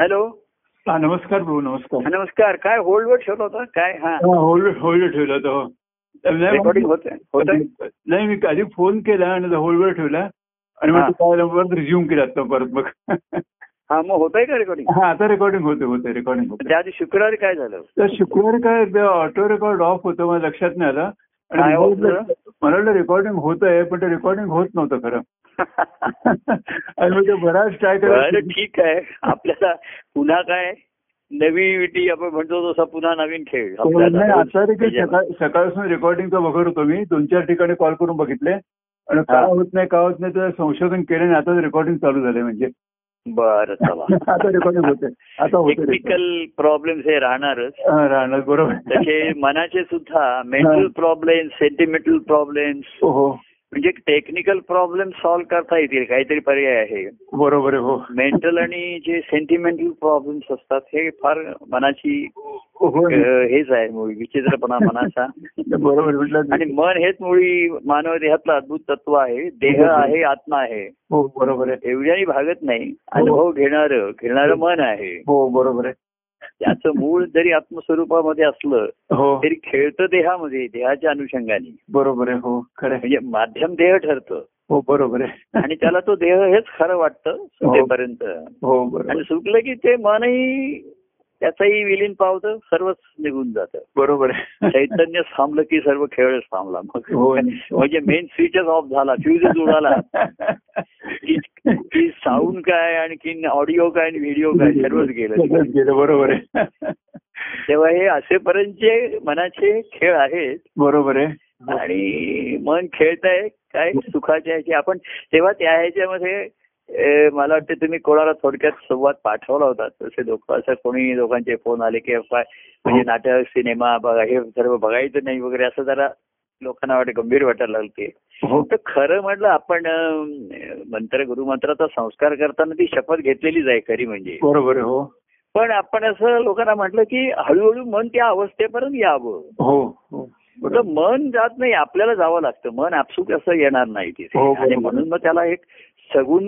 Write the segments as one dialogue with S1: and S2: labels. S1: Hello
S2: हा नमस्कार भाऊ नमस्कार
S1: नमस्कार काय होल्डवर ठेवला होता काय हा
S2: हा, होल्ड होल्ड ठेवला तो नाही,
S1: रेकॉर्डिंग होत होत
S2: नाही मी आधी फोन केला आणि होल्डवर ठेवला आणि
S1: हा.
S2: मग काय नंबर रिझ्युम केला तो परत मग
S1: हा मग होत आहे का रेकॉर्डिंग
S2: हा आता रेकॉर्डिंग होते होते रेकॉर्डिंग होते
S1: त्या आधी शुक्रवारी काय झालं
S2: तर शुक्रवारी काय ऑटो रेकॉर्ड ऑफ होतं मला लक्षात नाही आलं आणि
S1: काय
S2: मला
S1: होतं?
S2: वाटलं- मला वाटलं रेकॉर्डिंग होत आहे पण ते रेकॉर्डिंग होत नव्हतं खरं आणि मग ते बराच ट्राय
S1: बरं
S2: करायचं
S1: ठीक आहे आपल्याला पुन्हा काय नवीनिटी आपण म्हणतो तसा पुन्हा नवीन खेळ
S2: नाही
S1: आपल्याला
S2: आता देखील सकाळ- सकाळपासून रेकॉर्डिंगचं बघत होतो मी दोन चार ठिकाणी कॉल करून बघितले आणि का
S1: हा.
S2: होत नाही का होत नाही तर संशोधन केलं आणि आता रेकॉर्डिंग चालू झाले म्हणजे
S1: बरं चला
S2: आता रेकॉर्डिंग होते आता होते recording.
S1: टेक्निकल प्रॉब्लेम हे राहणारच
S2: हा, राहणार बरोबर
S1: तसे मनाचे सुद्धा मेंटल
S2: हा.
S1: प्रॉब्लेम सेंटिमेंटल प्रॉब्लेम
S2: हो हो
S1: म्हणजे टेक्निकल प्रॉब्लेम सॉल्व्ह करता येतील काहीतरी पर्याय आहे
S2: बरोबर आहे हो
S1: मेंटल आणि जे सेंटिमेंटल प्रॉब्लेम्स असतात हे फार मनाची
S2: हो, हो
S1: अ, हेच आहे मुळी विचित्रपणा मनाचा
S2: बरोबर आहे, म्हटलं
S1: आणि मन हेच मुळी मानव देहातलं अद्भुत तत्व आहे देह आहे आत्मा आहे
S2: हो बरोबर आहे
S1: एवढ्याही भागत नाही अनुभव घेणार घेणारं मन आहे
S2: हो बरोबर आहे
S1: त्याचं मूळ जरी आत्मस्वरूपामध्ये असलं
S2: हो
S1: तरी खेळतं देहामध्ये देहाच्या अनुषंगाने
S2: बरोबर आहे हो खरं आहे
S1: म्हणजे माध्यम देह ठरतं
S2: हो बरोबर आहे
S1: आणि त्याला तो देह हेच खरं वाटतं सुटेपर्यंत
S2: हो बरोबर
S1: आणि सुटलं की ते मनही त्याचंही विलीन पावतं सर्वच निघून जातं
S2: बरोबर आहे
S1: चैतन्य थांबलं की सर्व खेळच थांबला मग
S2: हो.
S1: म्हणजे मेन स्विचच ऑफ झाला फ्यूजच उडाला की की साऊंड काय आणखी ऑडिओ काय आणि व्हिडिओ काय सर्वच
S2: सर्वच
S1: गेलं
S2: गेलं बरोबर आहे
S1: तेव्हा हे असेपर्यंतचे मनाचे खेळ आहेत
S2: बरोबर आहे
S1: आणि मन खेळताय काय सुखाच्या ह्याची आपण तेव्हा त्या ह्याच्यामध्ये अ, मला वाटतं तुम्ही कोणाला थोडक्यात संवाद पाठवला होता तसे लोक असं कोणी लोकांचे फोन आले की काय म्हणजे नाटक सिनेमा बघा हे सर्व बघायचं नाही वगैरे असं जरा लोकांना वाटत गंभीर वाटायला लागते
S2: हो
S1: तर खरं म्हटलं आपण अ, मंत्र गुरुमंत्राचा संस्कार करताना ती शपथ घेतलेलीच आहे खरी म्हणजे
S2: बरोबर आहे हो
S1: पण आपण असं लोकांना म्हटलं की हळूहळू मन त्या अवस्थेपर्यंत यावं
S2: हो हो
S1: तर
S2: बरोबर.
S1: मन जात नाही आपल्याला जावं लागतं मन आपसुक असं येणार नाही
S2: हो,
S1: तिथे
S2: बरोबर.
S1: आणि म्हणून मग त्याला एक सगुण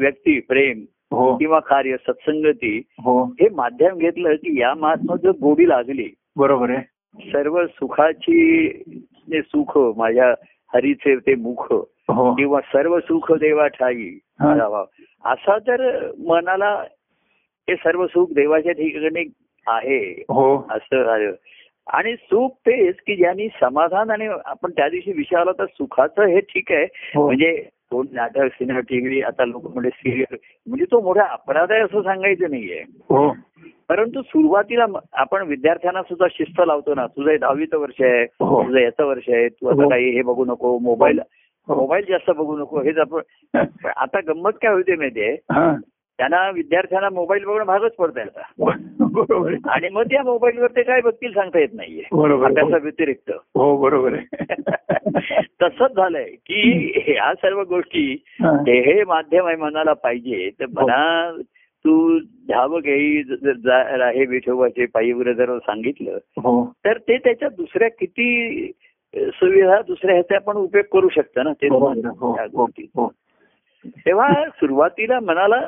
S1: व्यक्ती प्रेम
S2: हो
S1: किंवा कार्य सत्संगती
S2: हो
S1: हे माध्यम घेतलं की या महात्मा जर गोडी लागली
S2: बरोबर आहे
S1: सर्व सुखाची जे सुख माझ्या हरीचे ते मुख
S2: हो
S1: किंवा सर्व सुख देवा ठाई
S2: हा.
S1: रावा. असा जर मनाला हे सर्व सुख देवाच्या ठिकाणी आहे
S2: हो
S1: असं आहे. आणि सुख तेच की ज्यांनी समाधान आणि आपण त्या दिवशी विषय आला तर सुखाचं हे ठीक आहे
S2: हो
S1: म्हणजे कोण नाटक सिनेमा टीव्ही आता लोक म्हणजे सिरियल म्हणजे तो मोठा अपराध आहे असं सांगायचं नाहीये
S2: हो
S1: परंतु सुरुवातीला म- आपण विद्यार्थ्यांना सुद्धा शिस्त लावतो ना तुझं हे दहावीचं वर्ष आहे
S2: हो.
S1: तुझं याचं वर्ष आहे तू आता
S2: हो.
S1: काही हे बघू नको मोबाईल
S2: हो.
S1: मोबाईल जास्त बघू नको हेच आपण पण आता गंमत काय होते माहितीये
S2: हा.
S1: त्यांना विद्यार्थ्यांना मोबाईल बघणं भागच पडतंय आता
S2: बरोबर आहे.
S1: आणि मग त्या मोबाईलवर ते काय बघतील सांगता येत नाहीये
S2: बरोबर.
S1: अभ्यासा व्यतिरिक्त
S2: हो बरोबर आहे
S1: तसंच झालंय की ह्या सर्व गोष्टी
S2: हा.
S1: ते हे माध्यम आहे मनाला पाहिजे तर
S2: हो.
S1: म्हणा तू धाव घेई ज- ज- जा- राहे विठोबाचे पायीवर जर सांगितलं
S2: हो
S1: तर ते त्याच्या दुसऱ्या किती अ, सुविधा दुसऱ्या ह्याचा आपण उपयोग करू शकतो ना ते
S2: बरोबर आहे. हो
S1: त्या
S2: हो
S1: गोष्टी
S2: हो
S1: तेव्हा सुरुवातीला मनाला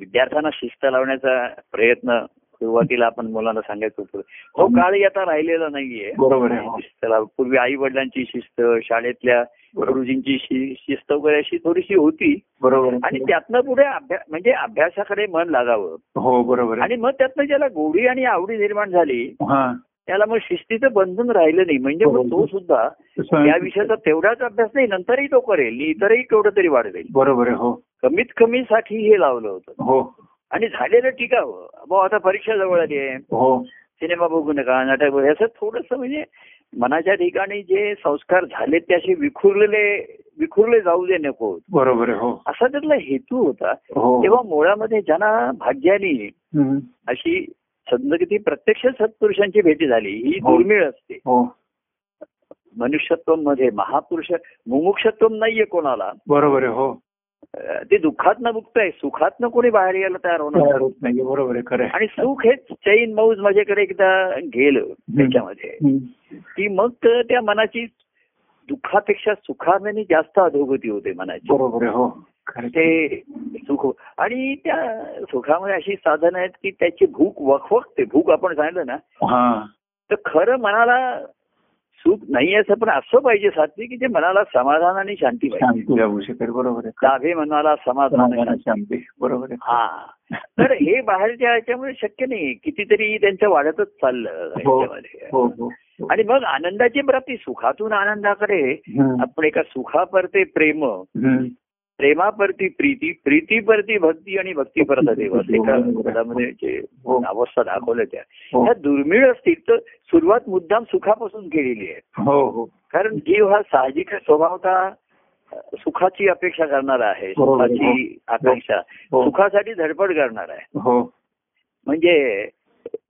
S1: विद्यार्थ्यांना शिस्त लावण्याचा प्रयत्न सुरुवातीला आपण मुलांना सांगायचं होतं हो काळही आता राहिलेला नाहीये
S2: बरोबर आहे. हो.
S1: शिस्त लाव- पूर्वी आई वडिलांची शिस्त शाळेतल्या
S2: बरोबर
S1: गुरुजींची शि- शिस्त वगैरे अशी थोडीशी होती
S2: बरोबर आहे.
S1: आणि त्यातनं पुढे अभ्या- म्हणजे अभ्यासाकडे मन लागावं
S2: हो बरोबर आहे.
S1: आणि मग त्यातनं ज्याला गोडी आणि आवडी निर्माण झाली
S2: हा
S1: त्याला मग शिस्तीचं बंधन राहिलं नाही म्हणजे मग तो सुद्धा या विषयाचा तेवढाच अभ्यास नाही नंतरही तो करेल इतरही केवढं तरी वाढवेल
S2: बरोबर आहे. हो
S1: कमीत कमी साठी हे लावलं होतं
S2: हो
S1: आणि झालेलं टिकावं भाऊ आता परीक्षा जवळ आली आहे
S2: हो
S1: सिनेमा बघू नका नाटक बघू असं थोडस म्हणजे मनाच्या ठिकाणी जे संस्कार झाले ते असे विखुरलेले विखुरले जाऊ दे नको
S2: बरोबर आहे. हो
S1: असा त्यातला हेतू होता
S2: हो
S1: तेव्हा मुळामध्ये ज्यांना भाग्याने
S2: हम्म.
S1: अशी संदगती प्रत्यक्ष सत्पुरुषांची भेटी झाली ही
S2: हो.
S1: दुर्मिळ असते
S2: हो
S1: मनुष्यत्व मध्ये महापुरुष मुमुक्षत्व नाहीये कोणाला
S2: बरोबर आहे. हो
S1: अं, ते दुःखातनं मुक्त आहे सुखातनं कोणी बाहेर यायला तयार होणार नाही.
S2: तयार होत नाही बरोबर आहे खरं आहे.
S1: आणि सुख हेच चैन मौज माझ्याकडे एकदा गेलं त्याच्यामध्ये
S2: हम्म.
S1: की मग त- त्या मनाची दुःखापेक्षा सुखाने जास्त अधोगती होते मनाची
S2: बरोबर आहे. हो खरं.
S1: ते सुख आणि त्या सुखामध्ये अशी साधनं आहेत की त्याची भूक वखवखते भूक आपण सांगितलं ना
S2: हा
S1: तर खरं मनाला सुख नाही असं पण असं पाहिजे सात्विक की जे मनाला समाधान आणि शांती पाहिजे
S2: शांती लागू शकेल बरोबर आहे
S1: लाभे मनाला समाधान आणि
S2: समाधान,
S1: शांती.
S2: शांती बरोबर आहे
S1: हा तर हे बाहेरच्या ह्याच्यामुळे शक्य नाही कितीतरी त्यांचं वाढतच चाललं
S2: हो.
S1: ह्याच्यामध्ये.
S2: हो हो हो.
S1: आणि मग आनंदाची प्राप्ती सुखातून आनंदाकडे
S2: हम्म,
S1: आपण एका सुखापरते प्रेम
S2: हम्म.
S1: प्रेमापरती प्रीती प्रीतीपरती भक्ती आणि भक्तीपरत देव असं एका पदामध्ये जे
S2: हो,
S1: अवस्था दाखवल्या त्या
S2: हो.
S1: ह्या दुर्मिळ असतील तर सुरुवात मुद्दाम सुखापासून केलेली आहे
S2: हो हो
S1: कारण जीव हा साहजिक स्वभावता अं, सुखाची अपेक्षा करणारा आहे
S2: बरोबर.
S1: सुखाची आकांक्षा
S2: हो.
S1: सुखासाठी धडपड करणार आहे
S2: हो
S1: म्हणजे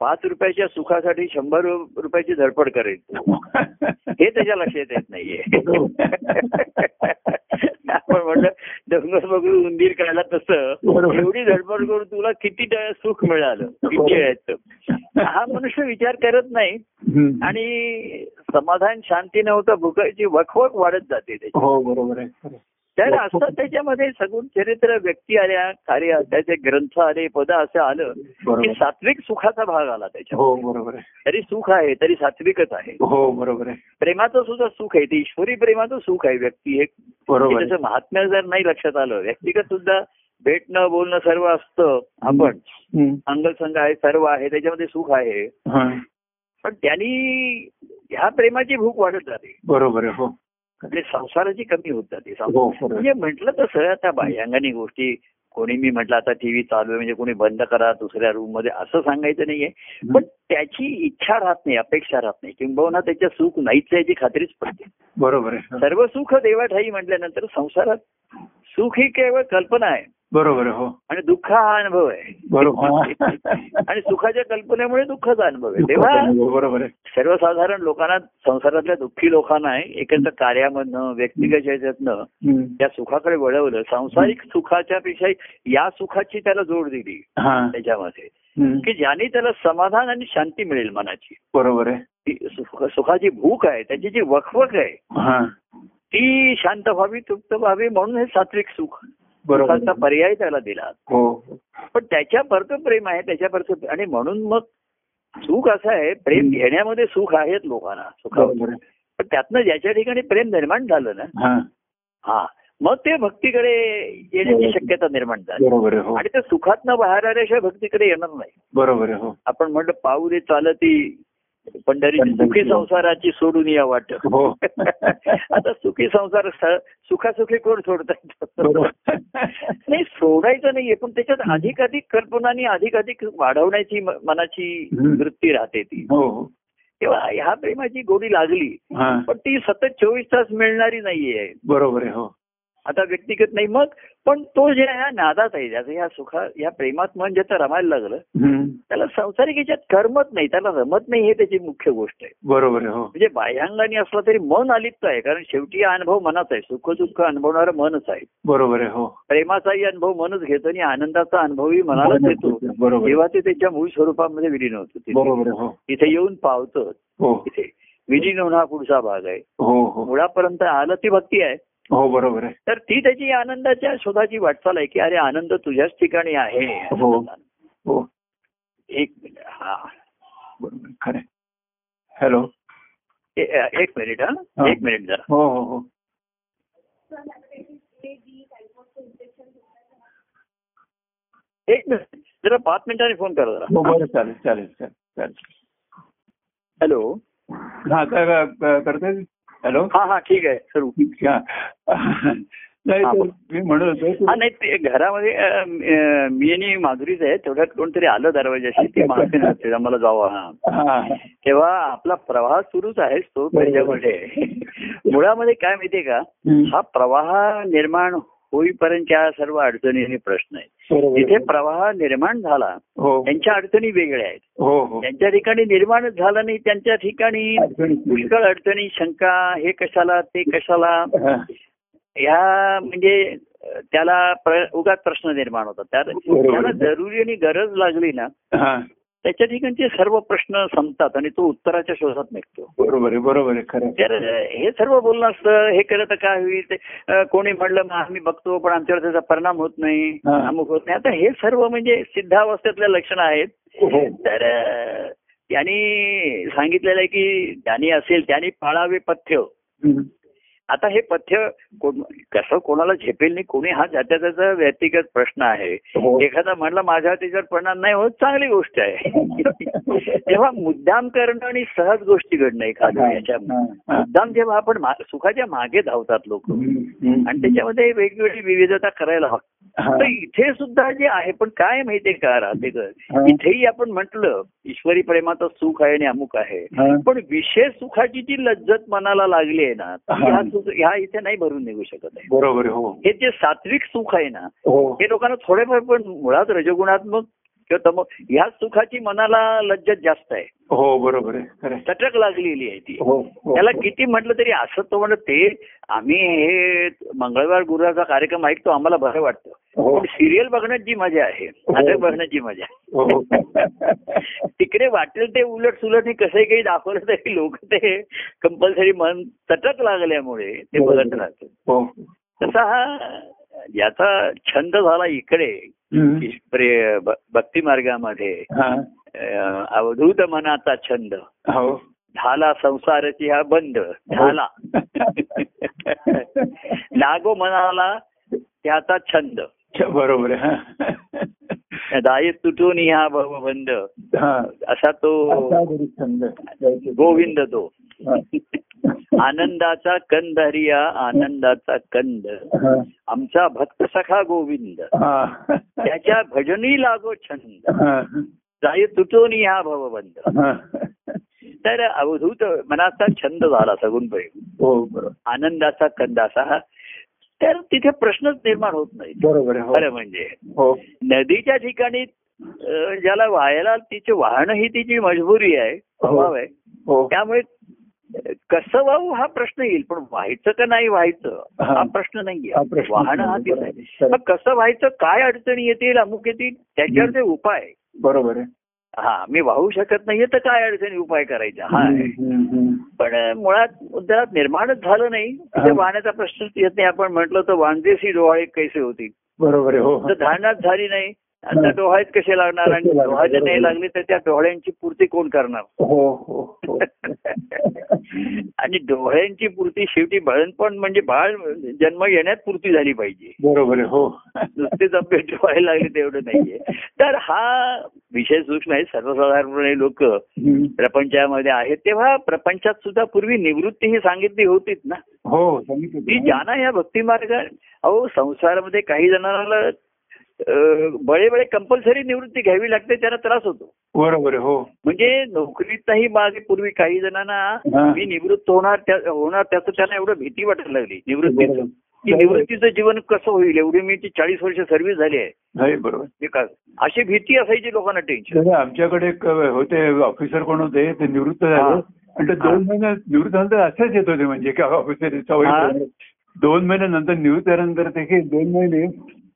S1: पाच रुपयाच्या सुखासाठी शंभर रु- रुपयाची धडपड करेल तो. हे त्याच्या लक्षात येत नाहीये
S2: हो.
S1: आपण म्हटलं डोंगर बघून उंदीर काढला तसं
S2: बरोबर. हो.
S1: एवढी धडपड करून तुला किती ड- सुख मिळालं किती वेळाचं हा मनुष्य विचार करत नाही
S2: हम्म.
S1: आणि समाधान शांती नव्हतं भुकायची वखवक वाढत जाते त्याची
S2: हो बरोबर आहे खरं.
S1: तर असं त्याच्यामध्ये सगुण चरित्र व्यक्ती आल्या कार्य त्याचे ग्रंथ आले पद असं आलं की
S2: बरोबर
S1: सात्विक सुखाचा भाग आला त्याच्यावर
S2: हो बरोबर आहे
S1: तरी सुख आहे तरी सात्विकच आहे
S2: हो बरोबर आहे
S1: प्रेमाचं सुद्धा सुख आहे ते ईश्वरी प्रेमाचं सुख आहे व्यक्ती हे
S2: बरोबर आहे
S1: त्याचं महात्म्य म्हणजे जर नाही लक्षात आलं व्यक्तिगत सुद्धा भेटणं बोलणं सर्व असतं आपण
S2: हम्म.
S1: अंगलसंग आहे सर्व आहे त्याच्यामध्ये सुख आहे
S2: हा,
S1: पण त्यांनी ह्या प्रेमाची भूक वाढत जाते
S2: बरोबर आहे हो
S1: म्हणजे संसाराची कमी होत जाते संसार-
S2: हो बरोबर आहे.
S1: म्हणजे म्हटलं तसं आता बाह्यांगाने गोष्टी कोणी मी म्हटलं आता टीव्ही चालू आहे म्हणजे कोणी बंद करा दुसऱ्या रूम मध्ये असं सांगायचं नाहीये
S2: म्हणजे-
S1: पण त्याची इच्छा राहत नाही अपेक्षा राहत नाही किंबहुना त्याच्या सुख नाहीच याची खात्रीच पडते
S2: बरोबर आहे
S1: सर्व सुख देवाठाई म्हटल्यानंतर संसारात सुख ही केवळ कल्पना आहे
S2: बरोबर आहे हो
S1: आणि दुःख हा अनुभव आहे
S2: बरोबर
S1: आणि सुखाच्या कल्पनेमुळे दुःखाचा अनुभव आहे तेव्हा
S2: बरोबर आहे
S1: सर्वसाधारण लोकांना संसारातल्या दुःखी लोकांना एकत्र कार्यामधनं व्यक्तिगत ह्याच्यातनं
S2: हम्म.
S1: त्या सुखाकडे वळवलं सांसारिक सुखाच्या पेक्षा या सुखाची त्याला जोड दिली
S2: हा
S1: त्याच्यामध्ये
S2: हम्म.
S1: की ज्याने त्याला समाधान आणि शांती मिळेल मनाची
S2: बरोबर आहे
S1: ती सुख- सुखाची भूक आहे त्याची जी वखवक आहे
S2: हा
S1: ती शांत व्हावी तृप्त व्हावी म्हणून हे सात्विक सुख
S2: बरोबर
S1: सुखाचा
S2: आहे.
S1: पर्याय त्याला दिला
S2: हो
S1: पण त्याच्या परत प्रेम आहे त्याच्या परत आणि म्हणून मग सुख असं आहे प्रेम
S2: हम्म.
S1: घेण्यामध्ये सुख आहेत लोकांना सुखावर
S2: बरोबर आहे
S1: पण त्यातनं ज्याच्या ठिकाणी प्रेम निर्माण झालं ना
S2: हा
S1: हा मग ते भक्तीकडे येण्याची
S2: बरोबर.
S1: शक्यता निर्माण झाली
S2: बरोबर आहे हो
S1: आणि ते सुखात न बाहेर आल्याशिवाय भक्तीकडे येणार नाही
S2: बरोबर आहे हो
S1: आपण म्हणलं पाऊले चालती पंढरीची
S2: पंढरीची
S1: सुखी
S2: वाट.
S1: संसाराची सोडून या वाट
S2: हो
S1: आता सुखी संसार स- सुखासुखी कोण सोडतात
S2: बरोबर
S1: नाही सोडायचं नाहीये पण त्याच्यात अधिक अधिक कल्पना आणि अधिक अधिक वाढवण्याची म- मनाची
S2: हम्म.
S1: वृत्ती राहते ती
S2: हो हो
S1: तेव्हा ह्या प्रेमाची गोडी लागली
S2: हा
S1: पण ती सतत चोवीस तास मिळणारी नाहीये
S2: बरोबर आहे हो
S1: आता व्यक्तिगत नाही मग पण तो जे ह्या नादात आहे ज्याचं ह्या सुखा ह्या प्रेमात मन ज्याचं रमायला लागलं
S2: हम्म.
S1: त्याला संसारिक याच्यात करमत नाही त्याला रमत नाही हे त्याची मुख्य गोष्ट आहे
S2: बरोबर आहे हो
S1: म्हणजे बाह्यांगाने असला तरी मन अलिप्त आहे कारण शेवटी हा अनुभव मनाचा आहे सुख दुःख अनुभवणारं मनच आहे
S2: बरोबर आहे हो
S1: प्रेमाचाही अनुभव मनच घेतो आणि आनंदाचा अनुभवही मनालाच येतो
S2: बरोबर आहे.
S1: तेव्हा ते त्याच्या मूळ स्वरूपामध्ये विलीन होतं तिथे.
S2: बरोबर आहे हो
S1: तिथे येऊन पावतं
S2: हो
S1: तिथे विलीन होणं हा पुढचा भाग आहे
S2: हो हो
S1: मुळापर्यंत आलं ती भक्ती आहे
S2: हो बरोबर आहे
S1: तर ती त्याची आनंदाच्या शोधाची वाटचाल आहे की अरे आनंद तुझ्याच ठिकाणी आहे
S2: हो. हो
S1: एक मिनिट हा
S2: बरोबर आहे. खरं आहे. हॅलो
S1: ए- एक मिनिट हा
S2: हा.
S1: एक मिनिट जरा
S2: हो हो हो
S1: एक मिनिट जरा पाच मिनिटांनी फोन करा जरा
S2: हो बरं चालेल चालेल चालेल चालेल
S1: हॅलो
S2: हा काय काय करताय हॅलो
S1: हा हा ठीक आहे सर
S2: हा. नाही
S1: हा,
S2: ते
S1: बोला.
S2: मी म्हणत
S1: हा
S2: होतो
S1: नाही ते घरामध्ये अ, म, अ, मी आणि माधुरीच आहे तेवढ्यात कोणतरी आलं दरवाजाशी ते माणसे नसते आम्हाला जावं हा
S2: हा
S1: तेव्हा आपला प्रवाह सुरूच आहे तो त्याच्यामध्ये मुळामध्ये काय माहितीये का
S2: हम्म.
S1: हा प्रवाह निर्माण होईपर्यंतच्या सर्व अडचणी आणि प्रश्न आहेत
S2: बरोबर आहे.
S1: जिथे प्रवाह निर्माण झाला
S2: हो
S1: त्यांच्या अडचणी वेगळ्या आहेत
S2: हो हो
S1: त्यांच्या ठिकाणी निर्माणच झाला नाही त्यांच्या ठिकाणी
S2: अडचणीत नाही.
S1: पुष्कळ अडचणी शंका हे कशाला ते कशाला
S2: हा.
S1: ह्या म्हणजे अ, त्याला प्र- उगाच प्रश्न निर्माण होतात त्या-
S2: बरोबर.
S1: त्याला जरुरी आणि गरज लागली ना
S2: हा.
S1: त्याच्या ठिकाणचे सर्व प्रश्न संपतात आणि तो उत्तराच्या शोधात निघतो
S2: बरोबर आहे बरोबर आहे खरं आहे.
S1: तर हे सर्व बोलणं असतं हे केलं तर काय होईल ते अं, कोणी म्हणलं मग आम्ही बघतो पण आमच्यावर त्याचा परिणाम होत नाही
S2: हा.
S1: अमुक होत नाही आता हे सर्व म्हणजे सिद्धावस्थेतले लक्षणं आहेत
S2: हो.
S1: तर अं, त्यांनी सांगितलेलं आहे की ज्ञानी असेल त्यांनी पाळावे पथ्य
S2: हम्म.
S1: आता हे पथ्य कोण- कसं कोणाला झेपेल नाही कोणी हा ज्याच्या त्याचा व्यक्तिगत प्रश्न आहे
S2: हो.
S1: एखादा म्हणला माझ्या त्याच्यावर परिणाम नाही होत चांगली गोष्ट आहे तेव्हा मुद्दाम करणं आणि सहज गोष्टी घडणं एखाद्या याच्यामध्ये
S2: हा, हा.
S1: मुद्दाम जेव्हा आपण मा- सुखाच्या मागे धावतात लोक
S2: हम्म, हम्म.
S1: आणि त्याच्यामध्ये वेगवेगळी विविधता करायला हवी
S2: हा.
S1: तर इथे सुद्धा जे आहे पण काय माहितीये का राहतेकर
S2: हा.
S1: इथेही आपण म्हटलं ईश्वरी प्रेमाचं सुख आहे आणि अमुक आहे
S2: हा.
S1: पण विशेष सुखाची जी लज्जत मनाला लागली आहे ना ती
S2: हा.
S1: ह्या सुख- ह्या इथे नाही भरून निघू शकत आहे
S2: बरोबर आहे, हो
S1: हे जे सात्विक सुख आहे ना
S2: हो
S1: हे लोकांना थोडेफार पण मुळात रजगुणात्मक किंवा तमो ह्या सुखाची मनाला लज्जत जास्त आहे
S2: हो बरोबर आहे खरं आहे.
S1: चटक लागलेली आहे ती
S2: हो हो.
S1: त्याला किती म्हटलं तरी असं तो म्हणत ते आम्ही हे मंगळवार गुरुवारचा कार्यक्रम ऐकतो आम्हाला बरं वाटतं
S2: हो.
S1: पण सिरियल बघण्यात जी मजा आहे नाटक बघण्यात जी मजा आहे
S2: हो
S1: तिकडे वाटेल ते उलट सुलट हे कसंही काही दाखवलं तरी लोक ते कंपल्सरी मन तटक लागल्यामुळे ते बघत राहतात
S2: हो
S1: तसा हा याचा छंद झाला इकडे
S2: हम्म.
S1: की प्रे- भ- भक्ती मार्गामध्ये
S2: हा.
S1: अं, अवधूत मनाचा छंद
S2: हो
S1: झाला संसाराची हा बंद झाला लागो मनाला त्याचा छंद
S2: छ- बरोबर आहे हा.
S1: दाय तुटून ह्या भवबंद
S2: हा.
S1: असा तो
S2: असा जरी छंद. जायचं.
S1: हो. गोविंद तो
S2: हा.
S1: आनंदाचा कंद हरिया आनंदाचा कंद
S2: हा.
S1: आमचा भक्त सखा गोविंद
S2: हा.
S1: त्याच्या भजनी लागो छंद
S2: हा.
S1: जाय तुटून ह्या भवबंद
S2: हा.
S1: तर अवधूत मनाचा छंद झाला सगुण प्रेम
S2: हो बरोबर
S1: आनंदाचा कंद असा हा. तर तिथे प्रश्नच निर्माण होत नाही
S2: बरोबर आहे
S1: खरं म्हणजे
S2: हो हो
S1: नदीच्या ठिकाणी अ, ज्याला व्हायला तिचे वाहन ही तिची मजबुरी आहे स्वभाव आहे
S2: हो
S1: त्यामुळे अ, कसं वाहू हा प्रश्न येईल पण व्हायचं का नाही व्हायचं
S2: हा.
S1: हा प्रश्न नाहीये
S2: हा प्रश्न
S1: वाहन हा
S2: नाहीये.
S1: तिथं
S2: बरोबर.
S1: आहे मग कसं व्हायचं काय अडचणी येतील अमुक येतील त्याच्यावर ते उपाय
S2: बरोबर आहे
S1: हा मी वाहू शकत नाहीये तर काय अडचणी उपाय करायचा हा आहे
S2: हम्म, हम्म.
S1: पण अ, मुळात मुद्द्यात निर्माणच झालं नाही
S2: हा.
S1: ते वाहण्याचा प्रश्नच येत नाही आपण म्हटलं तर वांदेसी डोहाळे कैसे होतील
S2: बरोबर आहे हो
S1: तर धारणाच झाली नाही आता
S2: हा.
S1: डोहाळ्यात कसे लागणार आणि
S2: कसे लागणार,
S1: डोहाळे
S2: बरोबर.
S1: नाही लागले तर त्या डोळ्यांची पूर्ती कोण करणार
S2: हो हो हो
S1: आणि डोळ्यांची पूर्ती शेवटी बाळणपण म्हणजे बाळ जन्म येण्यात पूर्ती झाली पाहिजे
S2: बरोबर आहे हो
S1: नुसतेच आपले डोळे लागले तेवढं नाहीये तर हा विषय सूक्ष्म आहे सर्वसाधारणपणे लोक
S2: हम्म.
S1: प्रपंचामध्ये आहेत तेव्हा प्रपंचात सुद्धा पूर्वी निवृत्ती ही सांगितली होतीच ना
S2: हो सांगितलं
S1: की
S2: तुम्ही.
S1: ज्यांना या भक्ती मार्गात अहो संसारामध्ये काही जणांना बळे बळे कंपल्सरी निवृत्ती घ्यावी लागते त्यांना त्रास होतो
S2: बरोबर आहे हो
S1: म्हणजे नोकरीतही मागे पूर्वी काही जणांना मी निवृत्त होणार त्या- होणार त्याचं त्यांना एवढं भीती वाटायला लागली निवृत्तीचं
S2: बरोबर.
S1: की निवृत्तीचं जीवन कसं होईल एवढी मी ती चाळीस वर्ष सर्व्हिस झाली आहे
S2: नाही बरोबर
S1: मी का- अशी भीती असायची लोकांना टेन्शन
S2: दादा, आमच्याकडे एक होते ऑफिसर कोण होते ते निवृत्त झाले
S1: हा.
S2: आणि ते दोन महिने निवृत्त झाल्यानंतर असेच येत होते म्हणजे की ऑफिसर सवय
S1: हा.
S2: करून. दोन महिन्यानंतर निवृत्त झाल्यानंतर ते की दोन महिने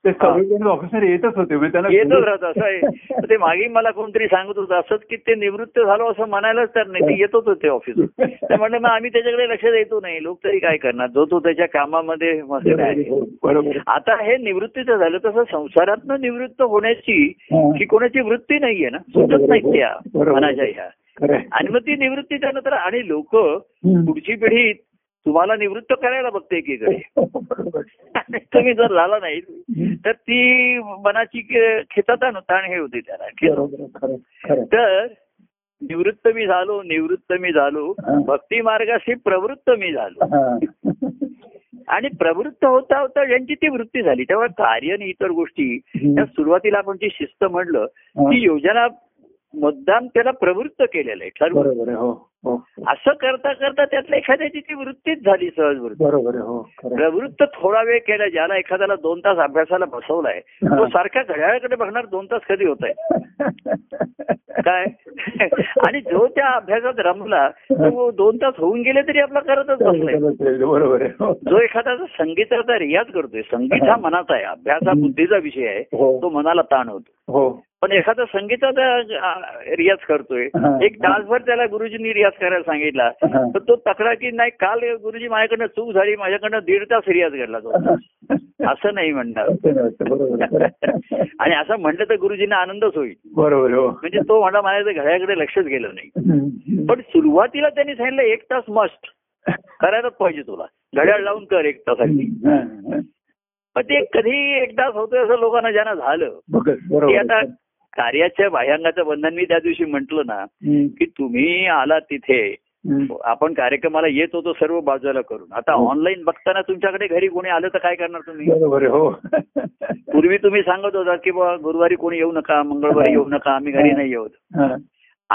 S2: ते सवय करून ऑफिसर येतच होते म्हणजे त्यांना
S1: येतच राहत असं आहे तर ते मागे मला कोणतरी सांगत होतं असंच की ते निवृत्त झालो असं म्हणायलाच तर नाही ते येतच होते ऑफिसवर तर म्हणलं मग आम्ही त्याच्याकडे लक्ष देतो नाही लोक तरी काय करणार जो तो त्याच्या कामामध्ये मस्त आहे
S2: बरोबर
S1: आता हे निवृत्तीचं झालं तसं संसारातनं निवृत्त होण्याची
S2: हा.
S1: ही कोणाची वृत्ती नाहीये ना सुटत नाहीत त्या
S2: बरोबर.
S1: मनाच्या ह्या
S2: खरं आहे.
S1: आणि मग ती निवृत्ती त्यानंतर आणि लोक
S2: हम्म.
S1: पुढची पिढी तुम्हाला निवृत्त करायला बघते एकीकडे
S2: बरोबर.
S1: आणि तुम्ही जर झाला नाही
S2: हम्म.
S1: तर ती मनाची खे- खेचाताण ताण हे होते त्याला खेच-
S2: बरोबर खरं खरं
S1: तर निवृत्त मी झालो निवृत्त मी झालो
S2: हा.
S1: भक्ती मार्गाशी प्रवृत्त मी झालो आणि प्रवृत्त होता होता ज्यांची ती वृत्ती झाली तेव्हा कार्य आणि इतर गोष्टी त्या सुरुवातीला आपण जी शिस्त म्हणलं
S2: हा.
S1: ती योजना मुद्दाम त्याला प्रवृत्त केलेलं आहे ठरवून
S2: बरोबर आहे हो हो
S1: असं करता करता त्यातल्या एखाद्याची ती वृत्तीच झाली सहज वृत्ती
S2: बरोबर आहे हो खरं आहे.
S1: प्रवृत्त थोडा वेळ केला ज्याला एखाद्याला दोन तास अभ्यासाला बसवलाय तो
S2: हा.
S1: सारख्या घड्याळाकडे बघणार दोन तास कधी होत आहे काय आणि जो त्या अभ्यासात रमला तो दोन तास होऊन गेले तरी आपला करतच बसलाय
S2: बरोबर आहे हो.
S1: जो एखादा संगीताचा रियाज करतोय संगीत हा मनाचा आहे अभ्यास हा बुद्धीचा विषय आहे
S2: हो
S1: तो मनाला ताण होतो
S2: हो
S1: पण एखादा संगीताचा अ, रियाज करतोय
S2: हा.
S1: एक तासभर त्याला गुरुजींनी रियाज करायला सांगितला
S2: हा.
S1: तर तो तक्रार की नाही काल गुरुजी माझ्याकडनं चूक झाली माझ्याकडनं दीड तास रियाज घडला तो असं नाही म्हणणार
S2: असं नाही वाटतं, बरोबर आहे.
S1: आणि असं म्हटलं तर गुरुजींना आनंदच होईल
S2: बरोबर आहे, हो
S1: म्हणजे तो म्हणा माझ्या घड्याकडे लक्षच गेलं नाही
S2: हम्म.
S1: पण सुरुवातीला त्यांनी सांगितलं एक तास मस्ट करायलाच पाहिजे तुला घड्याळ लावून कर एक तासाठी
S2: हा, हा.
S1: पण ते कधी एक तास होतं असं लोकांना ज्यांना झालं
S2: बघ, बरोबर
S1: की
S2: आहे.
S1: आता कार्याच्या बाह्यांगाचं बंधन मी त्या दिवशी म्हंटल ना
S2: हम्म,
S1: की तुम्ही आला तिथे
S2: हम्म.
S1: आपण कार्यक्रमाला येत होतो सर्व बाजूला करून आता
S2: हो.
S1: ऑनलाईन बघताना तुमच्याकडे घरी कोणी आलं तर काय करणार तुम्ही
S2: बरोबर आहे, हो
S1: पूर्वी तुम्ही सांगत होता की बुवा गुरुवारी कोणी येऊ नका मंगळवारी येऊ नका आम्ही घरी नाही येऊ
S2: हा,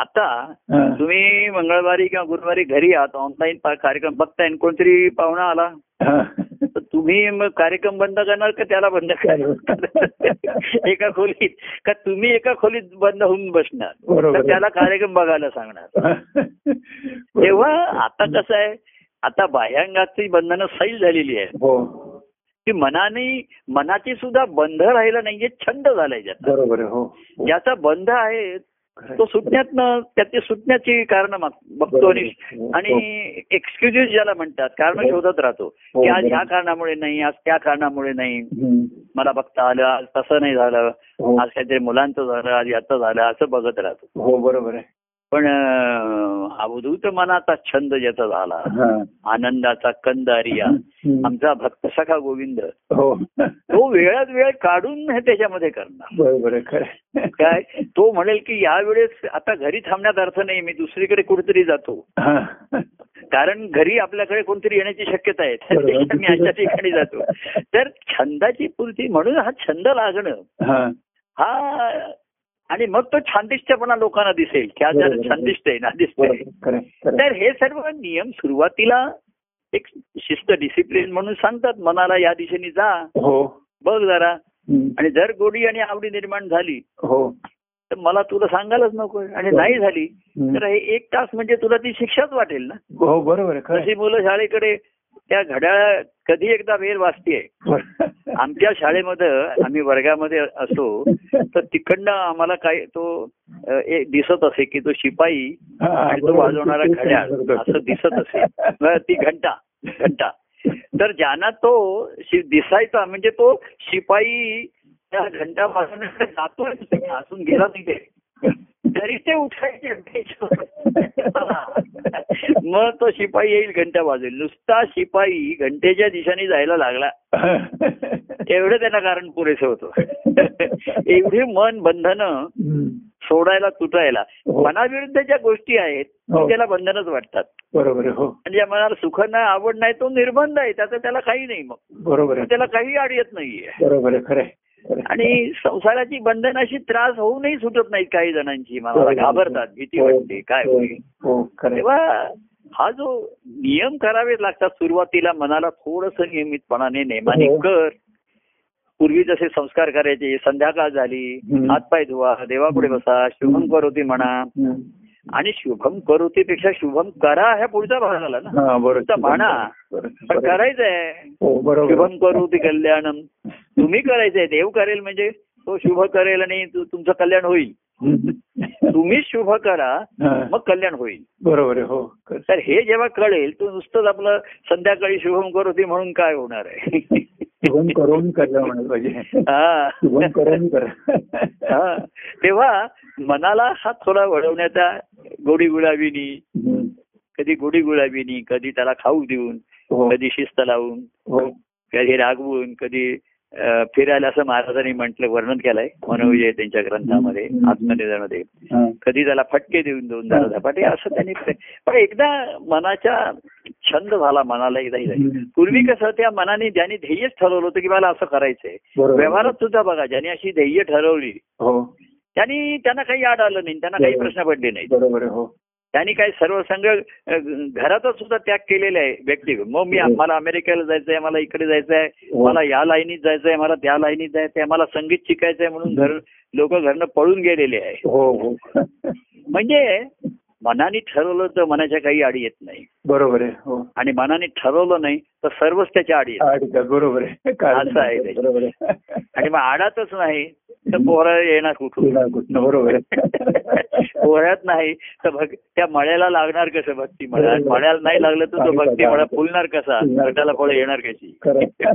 S1: आता
S2: हा.
S1: तुम्ही मंगळवारी किंवा गुरुवारी घरी आहात ऑनलाईन कार्यक्रम बघताय आणि कोणतरी पाहुणा आला
S2: हा.
S1: तर तुम्ही मग कार्यक्रम बंद करणार का त्याला बंद करणार एका खोलीत का तुम्ही एका खोलीत बंद होऊन बसणार
S2: बरोबर
S1: तर
S2: आहे.
S1: त्याला कार्यक्रम बघायला सांगणार
S2: बरोबर.
S1: तेव्हा आता कसं आहे आता बाह्यांगाची बंधनं सैल झालेली आहेत
S2: हो
S1: की मनाने मनाची सुद्धा बंध राहिला नाहीये छंद झालाय ज्याचा
S2: बरोबर आहे, हो हो.
S1: ज्याचा बंध आहे
S2: खरं
S1: तो
S2: आहे.
S1: सुटण्यातनं त्याची सुटण्याची कारण बघतो
S2: बरोबर
S1: आणि
S2: आहे, हो,
S1: आणि एक्सक्युजेस ज्याला म्हणतात कारण
S2: हो.
S1: शोधत राहतो
S2: हो,
S1: की आज
S2: बरोबर.
S1: ह्या कारणामुळे नाही आज त्या कारणामुळे नाही
S2: हो. हम्म.
S1: मला बघता आलं आज तसं नाही झालं
S2: हो,
S1: आज काहीतरी मुलांचं झालं आज याचं झालं असं बघत राहतो
S2: हो बरोबर आहे
S1: पण अं, अवधूत मनाचा छंद ज्याचा झाला
S2: हा.
S1: आनंदाचा कंदारिया
S2: हम्म.
S1: आमचा भक्त सखा गोविंद
S2: हो
S1: तो वेळात वेळ काढून हे त्याच्यामध्ये करणार
S2: बरोबर आहे खरं आहे.
S1: काय तो म्हणेल की यावेळेस आता घरी थांबण्यात अर्थ नाही मी दुसरीकडे कुठेतरी जातो
S2: हा.
S1: कारण घरी आपल्याकडे कोणतरी येण्याची शक्यता आहे त्यापेक्षा मी अशा ठिकाणी जातो तर छंदाची पूर्ती म्हणून हा छंद लागणं
S2: हा.
S1: हा आणि मग तो छानदिष्टपणा लोकांना दिसेल की आज
S2: बरोबर.
S1: छानदिष्ट आहे ना
S2: बरोबर
S1: दिसतंय
S2: आहे, खरं आहे, खरं आहे.
S1: तर हे सर्व नियम सुरुवातीला एक शिस्त डिसिप्लिन म्हणून सांगतात मनाला या दिशेने जा
S2: हो
S1: बघ जरा
S2: हम्म.
S1: आणि जर गोडी आणि आवडी निर्माण झाली
S2: हो
S1: तर मला तुला सांगायलाच नको आणि नाही झाली
S2: हम्म.
S1: तर हे एक तास म्हणजे तुला ती शिक्षाच वाटेल ना
S2: हो बरोबर आहे खरं आहे.
S1: तशी मुलं शाळेकडे त्या घड्याळ कधी एकदा वेळ वाचते
S2: बरोबर.
S1: आमच्या शाळेमध्ये आम्ही वर्गामध्ये असो तर तिकडनं आम्हाला काय तो अ, ए- दिसत असे की तो शिपाई
S2: हा,
S1: आणि तो
S2: बरोबर.
S1: वाजवणारा
S2: ते- ते-
S1: घड्याळ
S2: बरोबर.
S1: असं दिसत असे मग ती घंटा घंटा तर ज्यांना तो शि- दिसायचा म्हणजे तो शिपाई त्या घंटा वाजवण्याकडे जातोय असून गेला तिथे तरी ते उठायचे मग तो शिपाई येईल घंटा वाजेल नुसता शिपाई घंटेच्या दिशेने जायला लागला एवढं त्यांना कारण पुरेसं होतं एवढी मन बंधनं
S2: हम्म.
S1: सोडायला तुटायला
S2: हो.
S1: मनाविरुद्ध ज्या गोष्टी आहेत
S2: हो.
S1: त्याला बंधनच वाटतात
S2: बरोबर आहे, हो
S1: आणि ज्या मनाला सुख नाही आवड नाही तो निर्बंध आहे त्याचा त्याला काही नाही मग
S2: बरोबर आहे
S1: त्याला काही आड येत नाहीये
S2: बरोबर आहे खरं आहे, खरं आहे.
S1: आणि संसाराची बंधन अशी त्रास होऊनही सुटत नाहीत काही जणांची मनाला
S2: बरोबर आहे.
S1: घाबरतात भीती
S2: हो,
S1: वाटते काय
S2: हो,
S1: होईल
S2: हो खरं आहे.
S1: तेव्हा हा जो नियम करावे लागतात सुरुवातीला मनाला थोडस नियमितपणाने नेमाने
S2: हो.
S1: कर पूर्वी जसे संस्कार करायचे संध्याकाळ झाली
S2: हम्म.
S1: हातपाय धुवा देवापुढे बसा शुभम करोती म्हणा
S2: हम्म.
S1: आणि शुभम करोती पेक्षा शुभम करा ह्या पुढचा भाग आला ना
S2: हा
S1: तुमचा
S2: बरोबर
S1: म्हणा.
S2: बरोबर.
S1: पण करायचंय
S2: हो बरोबर
S1: शुभम करोती कल्याणम तुम्ही करायचंय देव करेल म्हणजे तो शुभ करेल आणि तु- तुमचं कल्याण होईल
S2: हम्म.
S1: तुम्ही शुभ करा
S2: हा,
S1: मग कल्याण होईल
S2: बरोबर आहे हो खरं.
S1: तर हे जेव्हा कळेल तो नुसतंच आपलं संध्याकाळी शुभम करोती म्हणून काय होणार आहे
S2: शुभम करून करा म्हणायला पाहिजे
S1: हा.
S2: शुभम करून करा
S1: हा. तेव्हा मनाला हा थोडा वळवण्याचा गोडी गुलाबीनी
S2: हम्म.
S1: कधी गोडी गुलाबीनी कधी त्याला खाऊ देऊन
S2: हो
S1: कधी शिस्त लावून
S2: हो
S1: कधी रागवून कधी अ, फिरायला असं महाराजांनी म्हटलं वर्णन केलंय मनोविजय त्यांच्या ग्रंथामध्ये आत्मनिधामध्ये
S2: हा.
S1: कधी त्याला फटके देऊन दोन दार झपाटे असं त्यांनी प्रे- पण एकदा मनाचा छंद झाला मनाला एकदा हे झालं. पूर्वी कसं त्या मनाने ज्याने ध्येयच ठरवलं होतं की मला असं करायचंय
S2: बरोबर.
S1: व्यवहारात सुद्धा बघा ज्याने अशी ध्येय ठरवली
S2: हो
S1: त्यांनी त्यांना काही आड आलं नाही त्यांना काही
S2: बरोबर.
S1: प्रश्न पडले नाही
S2: बरोबर आहे हो
S1: त्यांनी काही सर्वसंग अ, घरातच सुद्धा त्याग केलेला आहे व्यक्ती मग मी
S2: हो.
S1: मला अमेरिकेला जायचंय मला इकडे जायचंय
S2: हो.
S1: मला या लाईनीत जायचंय मला त्या लाईनीत जायचंय मला संगीत शिकायचंय म्हणून घर लोक घरनं पळून गेलेले आहे
S2: हो हो
S1: म्हणजे मनाने ठरवलं तर मनाच्या काही आडी येत नाही
S2: बरोबर आहे हो
S1: आणि मनाने ठरवलं नाही तर सर्वच त्याच्या आडी येतात
S2: आठ का बरोबर आहे कारण
S1: असं आहे ते.
S2: बरोबर आहे
S1: आणि मग आडातच नाही तर पोहरा येणार कुठून
S2: बरोबर आहे.
S1: पोहऱ्यात नाही तर भग त्या मळ्याला लागणार कसं भक्ती मळा
S2: बरोबर.
S1: मळ्याला नाही लागलं तर तो भक्ती मळा फुलणार कसा
S2: फुलणार कसा?
S1: गटाला फळं येणार कशी
S2: खरं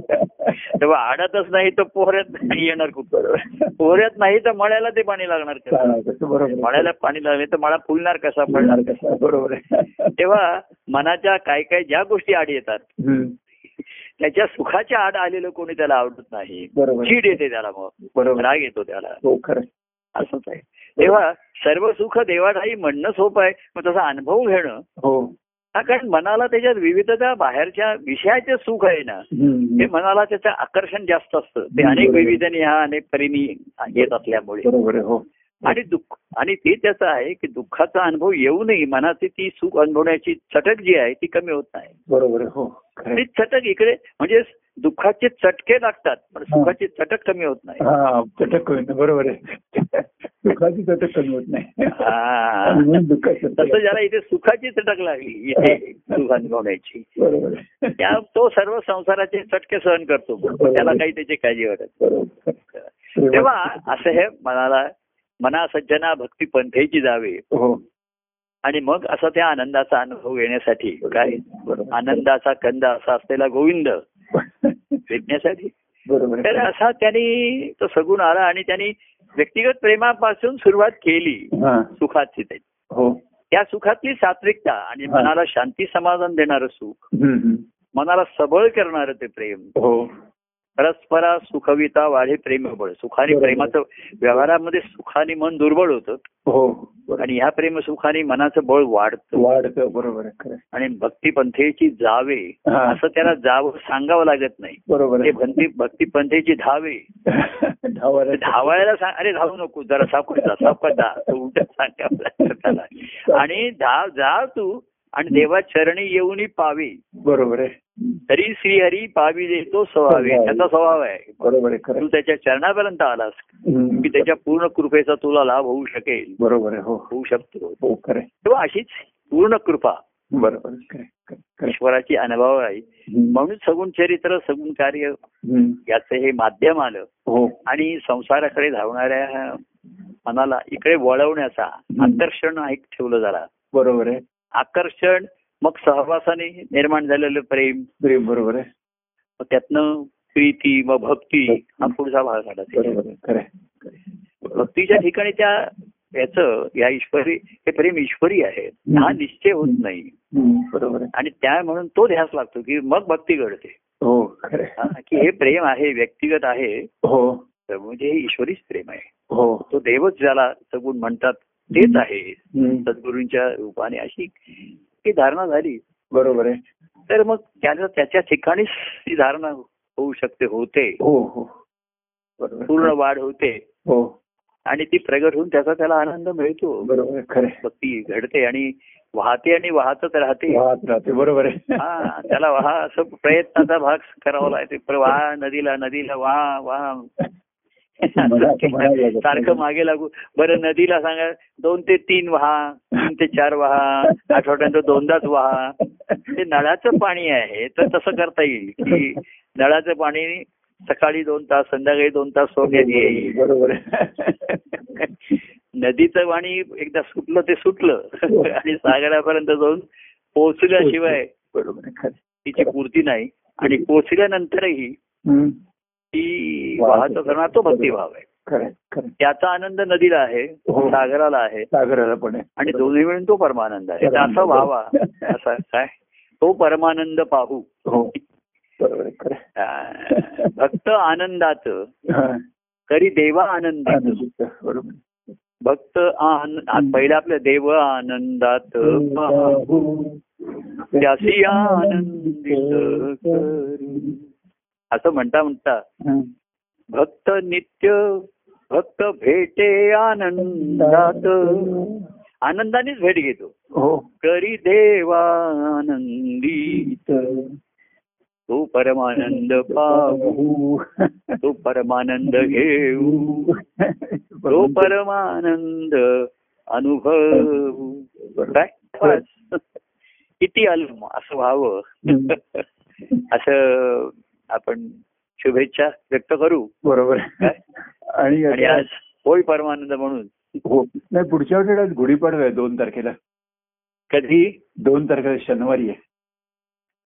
S1: तेव्हा आडतच नाही तर पोहऱ्यात नाही येणार कुठं पोहऱ्यात नाही तर मळ्याला ते पाणी लागणार कसं
S2: चालायचं, बरोबर आहे.
S1: म्हणजे मळ्याला पाणी लागले तर मळा फुलणार कसा फळणार कसा
S2: बरोबर आहे.
S1: तेव्हा मनाच्या काय काय ज्या गोष्टी आड येतात
S2: हम्म,
S1: त्याच्या सुखाच्या आड आलेलं कोणी त्याला आवडत नाही
S2: बरोबर आहे.
S1: चीड येते त्याला मग
S2: बरोबर आहे.
S1: राग येतो त्याला
S2: हो खरं आहे.
S1: असंच आहे तेव्हा सर्व सुख देवाठाई म्हणणं सोपं आहे मग तसा अनुभव घेणं
S2: हो
S1: हा कारण मनाला त्याच्यात विविधता बाहेरच्या विषयाचे सुख आहे ना
S2: हम्म,
S1: ते मनाला त्याचं आकर्षण जास्त असतं ते
S2: हम्म,
S1: अनेक
S2: बरोबर.
S1: विविधने हा अनेक परीनी येत असल्यामुळे
S2: बरोबर आहे, हो
S1: आणि दुःख आणि ते त्याचं आहे की दुःखाचा अनुभव येऊनही मनाची ती सुख अनुभवण्याची चटक जी आहे ती कमी होत नाही
S2: बरोबर आहे, हो खरं आहे.
S1: ती चटक इकडे म्हणजे दुःखाचे चटके लागतात पण सुखाची चटक कमी होत नाही
S2: हा चटक होईल बरोबर आहे दुःखाची चटक कमी होत नाही
S1: हा.
S2: म्हणून दुःखाची चटक
S1: तसं ज्याला इथे सुखाची चटक लागली इथे सुख अनुभवण्याची
S2: बरोबर आहे.
S1: त्या तो सर्व संसाराचे चटके सहन करतो त्याला काही त्याची काळजी वाटत
S2: बरोबर आहे.
S1: तेव्हा असं हे मनाला मना सज्जना भक्ती पंथेची जावे
S2: हो
S1: आणि मग असा त्या आनंदाचा अनुभव घेण्यासाठी काय
S2: बरोबर
S1: आनंदाचा कंद असा असलेला गोविंद विज्ञासाठी
S2: बरोबर आहे.
S1: तर असा त्यांनी तो सगुण आला आणि त्यांनी व्यक्तिगत प्रेमापासून सुरुवात केली
S2: हा
S1: सुखाची ते.
S2: हो
S1: त्या सुखातली सात्विकता आणि
S2: हा.
S1: मनाला शांती समाधान देणारं सुख
S2: हम्म, हम्म.
S1: मनाला सबळ करणारं ते प्रेम
S2: हो
S1: परस्परा सुखविता वाढे प्रेमबळ सुखाने
S2: बरोबर.
S1: प्रेमाचं व्यवहारामध्ये सुखाने मन दुर्बळ होतं
S2: हो बरोबर.
S1: आणि ह्या प्रेमसुखाने मनाचं बळ वाढतं
S2: वाढतं बरोबर आहे खरं आहे.
S1: आणि भक्तीपंथेची जावे
S2: हा.
S1: असं त्याला जावं सांगावं लागत नाही
S2: बरोबर
S1: ते
S2: आहे.
S1: भक्ती भक्तीपंथेची धावे
S2: धावायला
S1: ते धावायला सांग अरे धावू नको जरा सावकाश जा सावकाश जा असं उलटं सांगावं लागतं त्याला आणि धाव जा तू आणि देवा चरणी येऊन पावे
S2: बरोबर आहे
S1: तरी श्रीहरी पावी देतो स्वभावे त्याचा स्वभाव आहे
S2: बरोबर आहे खरं
S1: तू त्याच्या चरणापर्यंत आलास
S2: हम्म.
S1: की त्याच्या पूर्ण कृपेचा तुला लाभ होऊ शकेल
S2: बरोबर आहे हो
S1: होऊ शकतो
S2: हो खरं आहे.
S1: तेव्हा अशीच पूर्ण कृपा
S2: बरोबर आहे. खरं आहे, खरं आहे, खरं आहे.
S1: ईश्वराची अनुभव आहे
S2: हम्म.
S1: म्हणून सगुण चरित्र सगुण कार्य
S2: हम्म.
S1: याचं हे माध्यम आलं
S2: हो
S1: आणि संसाराकडे धावणाऱ्या मनाला इकडे वळवण्याचा आकर्षण हा एक ठेवलं जरा
S2: बरोबर आहे
S1: आकर्षण मग सहवासाने निर्माण झालेलं प्रेम
S2: प्रेम बरोबर आहे
S1: मग त्यातनं प्रीती मग भक्ती हा पुढचा भाग आला त्याच्यात.
S2: बरोबर आहे खरं आहे.
S1: भक्तीच्या ठिकाणी त्या याचं या ईश्वरी हे प्रेम ईश्वरी आहे हा निश्चय होत नाही
S2: हम्म. बरोबर आहे
S1: आणि त्या म्हणून तो ध्यास लागतो की मग भक्ती घडते
S2: हो खरं
S1: हा,
S2: आहे.
S1: की हे प्रेम आहे व्यक्तिगत आहे
S2: हो
S1: तर म्हणजे हे ईश्वरीच प्रेम आहे
S2: हो
S1: तो देवच ज्याला सगुण म्हणतात तेच आहे
S2: हम्म.
S1: सद्गुरूंच्या रूपाने अशी ती धारणा झाली
S2: बरोबर आहे
S1: तर मग त्याला त्याच्या ठिकाणीच ती धारणा होऊ शकते होते
S2: हो हो बरोबर आहे.
S1: पूर्ण वाढ होते
S2: हो
S1: आणि ती प्रगट होऊन त्याचा त्याला आनंद मिळतो
S2: बरोबर आहे खरं आहे.
S1: भक्ती घडते आणि वाहते आणि वाहतच राहते
S2: वाहत राहते बरोबर आहे
S1: हा त्याला वाहा असं प्रयत्नाचा भाग करावा लागते पण वाहा नदीला नदीला वाहा वाहा
S2: मला- मला लागत
S1: सारखं
S2: नाही.
S1: मागे लागू बरं नदीला सांगा दोन ते तीन वाहा तीन ते चार वाहा आठवड्यानंतर दोनदाच वाहा ते नळाचं पाणी आहे तर तसं करता येईल की नळाचं पाणी सकाळी दोन तास संध्याकाळी दोन तास सोडण्यात येईल
S2: बरोबर आहे
S1: नदीचं पाणी एकदा सुटलं ते सुटलं आणि सागरापर्यंत जाऊन पोहोचल्याशिवाय
S2: बरोबर आहे खरं आहे.
S1: तिची पूर्ती नाही आणि पोहोचल्यानंतरही
S2: हम्म.
S1: ती वाहत करणार तो भक्तिभाव आहे
S2: खरं आहे, खरं आहे.
S1: त्याचा आनंद नदीला आहे
S2: हो.
S1: सागराला आहे
S2: सागराला पण आहे
S1: आणि दोन्ही मिळून तो परमानंद आहे तर असा व्हावा असा काय तो परमानंद पाहू
S2: हो बरोबर आहे खरं आहे.
S1: आ, भक्त आनंदात
S2: हा.
S1: करी देवा आनंद
S2: आनंदीत, बरोबर आहे.
S1: भक्त आन पहिला आपल्या देव आनंदात पाहू. त्यासी आनंदित करू. असं म्हणता म्हणता
S2: हं.
S1: भक्त नित्य भक्त भेटे आनंदात आनंदानेच भेट घेतो
S2: हो
S1: करी देवा आनंदी तो परमानंद पाहू तो परमानंद घेऊ तो
S2: बरोबर
S1: परमानंद अनुभवू काय बस. किती अल्म असं व्हावं असं आपण शुभेच्छा व्यक्त करू
S2: बरोबर
S1: काय?
S2: आणि
S1: आणि
S2: आता-
S1: आज होय परमानंद म्हणून
S2: हो नाही पुढच्या आठवड्यात गुढीपाडवा आहे दोन तारखेला
S1: कधी
S2: दोन तारखेला शनिवारी आहे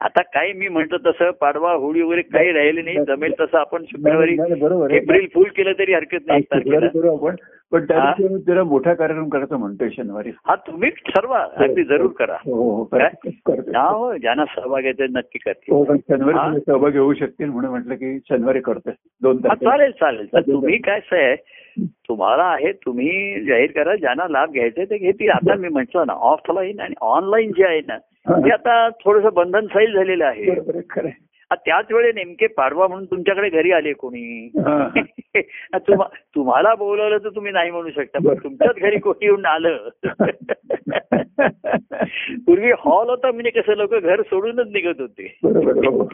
S1: आता काय मी म्हणतो तसं पाडवा होळी वगैरे काही राहिले नाही जमेल तसं आपण शुक्रवारी
S2: नाही, नाही, बरोबर आहे.
S1: एप्रिल फुल केलं तरी हरकत नाही
S2: आज
S1: एक तारखेला
S2: शुक्रवारी करू आपण पण त्या
S1: हा?
S2: दिवशी आम्ही जरा मोठा कार्यक्रम करायचा म्हणतोय शनिवारी
S1: हा तुम्ही ठरवा अगदी जरूर करा
S2: हो हो करतो,
S1: हा
S2: करतो.
S1: हो ज्यांना सहभाग आहे ते नक्की करतील
S2: हो, पण शनिवारी
S1: हा?
S2: तुम्ही सहभाग घेऊ शकतील म्हणून म्हटलं की शनिवारी करतोय दोन
S1: हा
S2: तारखेला
S1: चालेल चालेल तर तुम्ही काय असं आहे तुम्हाला आहे तुम्ही जाहीर करा ज्यांना लाभ घ्यायचे ते घेतील आता मी म्हटलं ना ऑफलाईन आणि ऑनलाईन जे आहे ना
S2: हा.
S1: ते आता थोडस बंधन सैल झालेलं आहे
S2: बरोबर आहे, खरं आहे.
S1: आ, त्याच वेळे नेमके पाडवा म्हणून तुमच्याकडे घरी आले कोणी
S2: हा.
S1: आ, तुम्हा- तुम्हाला बोलवलं तर तुम्ही नाही म्हणू शकता पण
S2: बरं.
S1: तुमच्याच घरी कोणी येऊन आलं पूर्वी हॉल होता म्हणजे कसं लोक घर सोडूनच निघत होते
S2: बरोबर हो.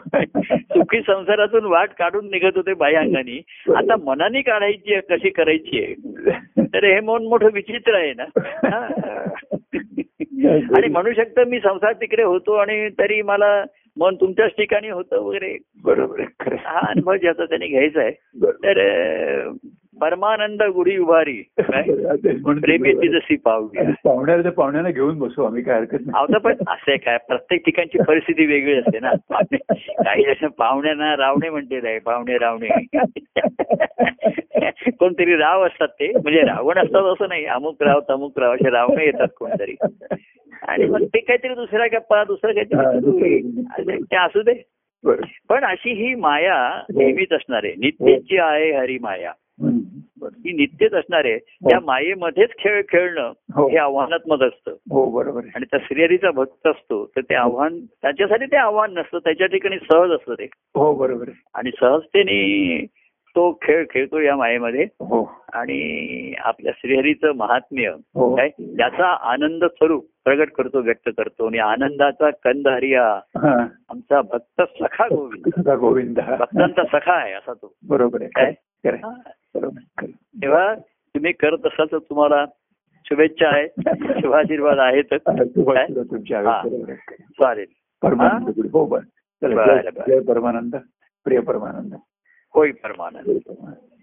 S1: सुखी संसारातून वाट काढून निघत होते बाह्यांगाने आता मनाने काढायची आहे, कशी करायची आहे तर हे मन मोठं विचित्र आहे ना हा. आणि म्हणू शकतं मी संसार तिकडे होतो आणि तरी मला मन तुमच्याच ठिकाणी होतं वगैरे
S2: बरोबर आहे, खरं
S1: हा
S2: आहे.
S1: अनुभव ज्याचा त्याने घ्यायचा आहे
S2: बरोबर.
S1: तर अं, परमानंद गुढी उभारी काय?
S2: हा, तेच म्हणतो.
S1: प्रेमी ती जशी पावली
S2: आणि पाहुण्याला तर पाहुण्याला घेऊन बसू आम्ही काय हरकत
S1: आवता पण असं आहे काय प्रत्येक ठिकाणची परिस्थिती वेगळी असते ना काही जसं पाहुण्यांना रावणे म्हणते आहे पाहुणे रावणे कोणतरी राव असतात ते म्हणजे रावण असतात असं नाही अमुक राव तमुक राव असे रावणे येतात कोणतरी आणि मग ते काहीतरी दुसरा गप्पा दुसरं
S2: हा,
S1: काहीतरी सुरू
S2: दुसरं
S1: आहे. ते असू दे
S2: बरं.
S1: पण अशी ही माया
S2: हो.
S1: नेहमीच असणार आहे नित्यची आहे हरी माया
S2: हम्म. बरं.
S1: ही नित्यच असणार आहे त्या मायेमध्येच खेळ खेळणं
S2: हो.
S1: हे आव्हानात्मक असतं
S2: हो बरोबर आहे
S1: आणि त्या श्रीहरीचा भक्त असतो तर ते आव्हान त्याच्यासाठी ते आव्हान नसतं त्याच्या ठिकाणी सहज असतं ते
S2: हो बरोबर आहे
S1: आणि सहजतेने तो खेळ खेळतो या मायेमध्ये
S2: हो
S1: आणि आपल्या श्रीहरीचं महात्म्य
S2: हो.
S1: काय त्याचा आनंद स्वरूप प्रगट करतो व्यक्त करतो आणि आनंदाचा कंद हरिया
S2: हा.
S1: आमचा भक्त सखा गोविंद
S2: सदा गोविंद हा.
S1: भक्तांचा सखा आहे असा तो
S2: बरोबर आहे
S1: काय?
S2: खरं आहे.
S1: हा.
S2: बरोबर आहे, खरं आहे.
S1: तेव्हा तुम्ही करत असाल तर तुम्हाला शुभेच्छा आहे शुभाशीर्वाद आहेतच
S2: हा, तुम्हाला
S1: काय?
S2: सुद्धा तुमच्या
S1: हा.
S2: आयुष्यात बरोबर आहे.
S1: चालेल
S2: परमानंद गुरु. हो बरं चला
S1: बरं,
S2: जय-
S1: बरं.
S2: जय परमानंद प्रिय परमानंद
S1: होय परमानंद
S2: जय परमानंद